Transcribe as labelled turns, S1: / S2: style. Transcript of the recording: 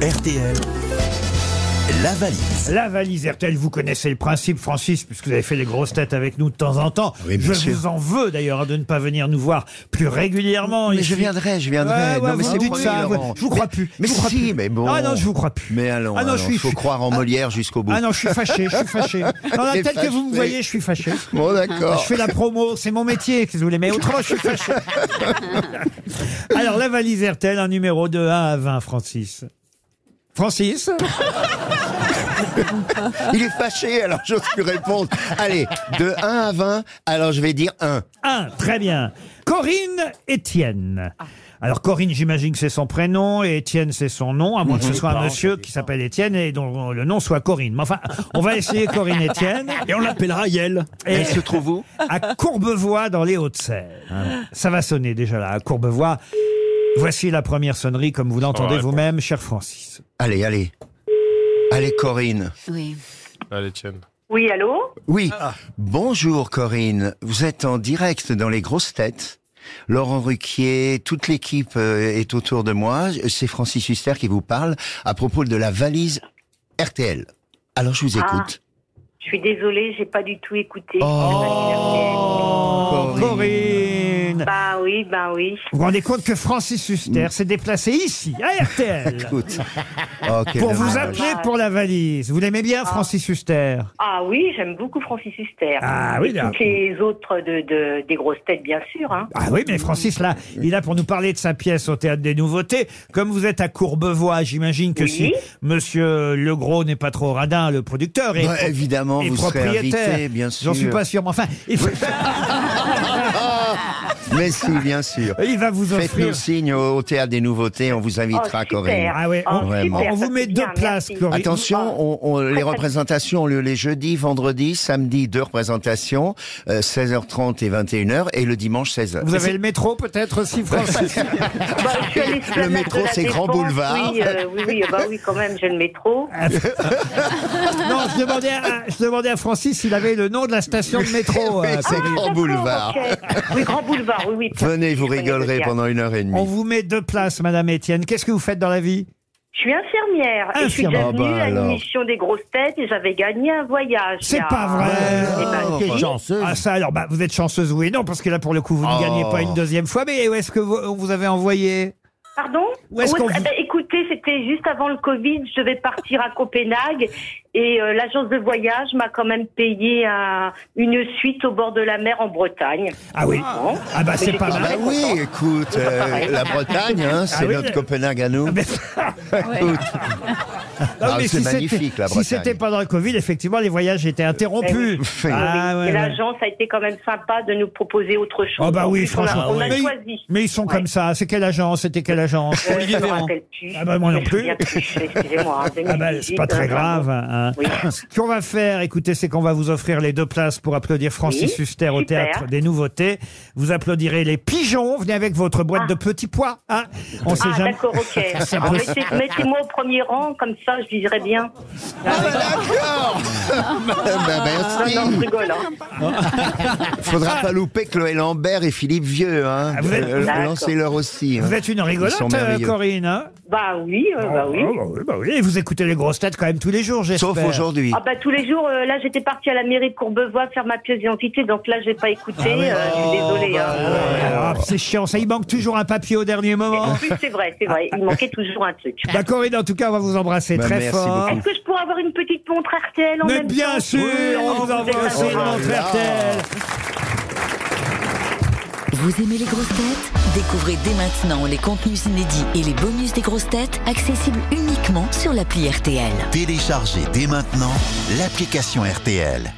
S1: RTL, la valise.
S2: La valise RTL, vous connaissez le principe, Francis, puisque vous avez fait les grosses têtes avec nous de temps en temps.
S3: Oui, bien
S2: je
S3: sûr.
S2: vous en veux d'ailleurs de ne pas venir nous voir plus régulièrement.
S3: Mais
S2: ici.
S3: je viendrai, je viendrai.
S2: Ouais, ouais,
S3: non, mais
S2: vous
S3: c'est
S2: dites
S3: promis,
S2: ça,
S3: Laurent.
S2: vous- je vous crois plus.
S3: Mais
S2: je vous crois
S3: si,
S2: plus.
S3: mais bon.
S2: Ah non, je vous crois plus.
S3: Mais allons,
S2: Ah non,
S3: allons,
S2: je suis-
S3: faut croire en Molière jusqu'au bout.
S2: Ah non, je suis fâché, je suis fâché. Non, là,
S3: T'es
S2: tel que vous me
S3: fâché. Oh.
S2: voyez, je suis fâché.
S3: Bon,
S2: Je
S3: d'accord.
S2: fais la promo, c'est mon métier, si vous voulez, mais autrement, je suis fâché. Alors, la valise RTL, un numéro de 1 à 20, Francis. Francis
S3: Il est fâché, alors j'ose plus répondre. Allez, de 1 à 20, alors je vais dire 1.
S2: 1, très bien. Corinne Étienne. Alors Corinne, j'imagine que c'est son prénom et Étienne c'est son nom, à moins que ce soit un monsieur qui s'appelle Étienne et dont le nom soit Corinne. Mais enfin, on va essayer Corinne Étienne. Et on l'appellera Yel.
S3: Elle se trouve où
S2: à Courbevoie dans les Hauts-de-Seine. Ça va sonner déjà là, à Courbevoie. Voici la première sonnerie, comme vous l'entendez
S4: Ouais.
S2: vous-même, cher Francis.
S3: Allez, allez. Allez, Corinne.
S5: Oui.
S4: Allez, tienne.
S6: Oui, allô
S3: Oui.
S2: Ah.
S3: Bonjour, Corinne. Vous êtes en direct dans les grosses têtes. Laurent Ruquier, toute l'équipe euh, est autour de moi. C'est Francis Huster qui vous parle à propos de la valise RTL. Alors, je vous
S6: Ah.
S3: écoute.
S6: Je suis désolée, j'ai pas du tout écouté.
S2: Oh,
S3: Corinne.
S2: Corinne
S6: Bah oui, bah oui.
S2: Vous vous rendez compte que Francis Huster s'est déplacé ici, à RTL
S3: Écoute. Oh, quel
S2: Pour vous
S3: dommage.
S2: appeler pour la valise. Vous l'aimez bien,
S6: Ah.
S2: Francis Huster
S6: Ah oui, j'aime beaucoup Francis Huster.
S2: Ah oui,
S6: Et
S2: là.
S6: Toutes les autres de, de- des grosses têtes, bien sûr. Hein.
S2: Ah oui, mais Francis, là, il a pour nous parler de sa pièce au Théâtre des Nouveautés. Comme vous êtes à Courbevoie, j'imagine que
S6: Oui.
S2: si Monsieur Legros n'est pas trop radin, le producteur, et,
S3: Ouais, Bah, évidemment,
S2: et
S3: vous serez
S2: propriétaire,
S3: invité, bien sûr.
S2: j'en suis pas sûr, mais enfin, il, faut-
S3: Mais si, bien sûr.
S2: il va vous offrir...
S3: Faites-nous signe au, au Théâtre des Nouveautés, on vous
S6: Oh,
S3: invitera,
S6: super.
S3: Corinne.
S2: Ah ouais, on-
S6: Oh,
S3: Vraiment.
S6: super,
S2: On vous
S6: ça
S2: met
S6: fait
S2: deux
S6: bien,
S2: places,
S6: merci. Oh,
S2: Corinne.
S6: Ah.
S3: Attention, on- on- les représentations ont lieu les jeudis, vendredis, samedi, deux représentations, euh, 16h30 et 21h, et le dimanche 16h.
S2: Vous avez le métro peut-être aussi, Francis
S6: Bah, je suis à l'esplanade
S3: Le métro,
S6: de la
S3: c'est Grand
S6: Défense,
S3: Boulevard.
S6: Oui, euh, oui, oui, bah oui, quand même, j'ai le métro.
S2: Non, je demandais, à, je demandais à Francis s'il avait le nom de la station de métro. euh,
S3: C'est
S2: Corinne.
S3: Grand Boulevard.
S6: Ah, Ok. Oui, Grand Boulevard, oui, oui.
S3: Venez, vous
S6: Je connais
S3: rigolerez
S6: bien.
S3: pendant une heure et
S2: on
S3: demie.
S2: vous met deux places, Madame Étienne. Qu'est-ce que vous faites dans la vie
S6: Je suis infirmière. Et je suis
S2: Infirmière.
S3: Ah,
S6: déjà venue
S3: bah,
S6: à une
S3: alors.
S6: mission des grosses têtes et j'avais gagné un voyage.
S2: C'est
S6: il y a-
S2: pas vrai.
S6: Eh ben,
S3: Oh,
S6: si.
S2: Ah ça alors, bah, vous êtes chanceuse oui et non, parce que là pour le coup vous ne
S3: Oh.
S2: gagnez pas une deuxième fois, mais où est-ce que vous, on vous avez envoyé
S6: Pardon
S2: Où est-ce
S6: Oui,
S2: qu'on
S6: eh
S2: vous-
S6: ben, Écoutez, c'était juste avant le Covid. Je vais partir à Copenhague et euh, l'agence de voyage m'a quand même payé un- une suite au bord de la mer en Bretagne.
S2: Ah oui.
S6: Ah.
S2: Ah bah c'est
S6: Mais
S2: pas
S3: Ah bah
S2: mal.
S6: j'étais
S3: oui, écoute, euh, la Bretagne, hein, c'est
S2: Ah oui,
S3: notre
S2: le-
S3: Copenhague à nous.
S2: Mais-
S3: Écoute,
S2: Non,
S3: Ah,
S2: mais
S3: c'est
S2: si
S3: magnifique,
S2: c'était-
S3: la
S2: Si
S3: Bretagne.
S2: c'était pendant le Covid, effectivement, les voyages étaient interrompus.
S3: Eh oui.
S2: Ah,
S6: Oui.
S2: ouais, ouais.
S6: et l'agence a été quand même sympa de nous proposer autre chose.
S2: Oh bah
S6: En
S2: oui,
S6: plus, on a-
S2: franchement.
S6: On a,
S2: Mais,
S6: choisi.
S2: mais ils sont comme
S6: Ouais.
S2: ça. C'est quelle agence C'était quelle agence
S6: Euh, je me rappelle plus.
S2: Ah bah, moi non
S6: Je me
S2: plus.
S6: souviens Excusez-moi. hein,
S2: Ah bah, c'est pas
S6: 2018,
S2: très
S6: euh,
S2: grave.
S6: pardon.
S2: hein.
S6: Oui.
S2: Ce qu'on va faire, écoutez, c'est qu'on va vous offrir les deux places pour applaudir Francis
S6: Oui,
S2: Huster au
S6: super.
S2: Théâtre des Nouveautés. Vous applaudirez les pigeons. Venez avec votre boîte de petits pois. hein. On sait
S6: Ah
S2: jamais.
S6: d'accord, ok.
S2: Ça
S6: Ah,
S2: peut-
S6: mettez- Mettez-moi au premier rang, comme ça je viserai bien.
S3: ah bah d'accord Bah, bah,
S6: Non,
S3: merci.
S6: non, je rigole. hein.
S3: Faudra pas louper Chloé Lambert et Philippe Vieux, hein.
S2: Ah, vous êtes-
S3: Euh,
S6: D'accord.
S3: Lancez-leur aussi. hein.
S2: Vous êtes une
S3: Ils
S2: rigolote,
S3: sont
S2: euh,
S3: merveilleux.
S2: Corinne. hein
S6: Bah oui, euh, bah oui.
S2: Oh, bah oui. Et vous écoutez les grosses têtes quand même tous les jours, j'espère.
S3: Sauf aujourd'hui.
S6: Ah bah tous les jours, euh, là j'étais partie à la mairie de Courbevoie faire ma pièce d'identité, donc là j'ai pas écouté, euh, je suis désolée. hein.
S2: Ah, c'est chiant, ça, il manque toujours un papier au dernier moment.
S6: En plus c'est vrai, c'est vrai, il manquait toujours un truc.
S2: Bah, Corinne, en tout cas, on va vous embrasser
S3: Bah,
S2: très
S3: merci
S2: fort.
S3: beaucoup.
S6: Est-ce que je pourrais avoir une petite montre RTL en
S2: Mais
S6: même temps
S2: bien sûr, on vous envoie aussi une
S3: Oh là
S2: montre
S3: là.
S2: RTL.
S5: Vous aimez les grosses têtes Découvrez dès maintenant les contenus inédits et les bonus des grosses têtes accessibles uniquement sur l'appli RTL.
S1: Téléchargez dès maintenant l'application RTL.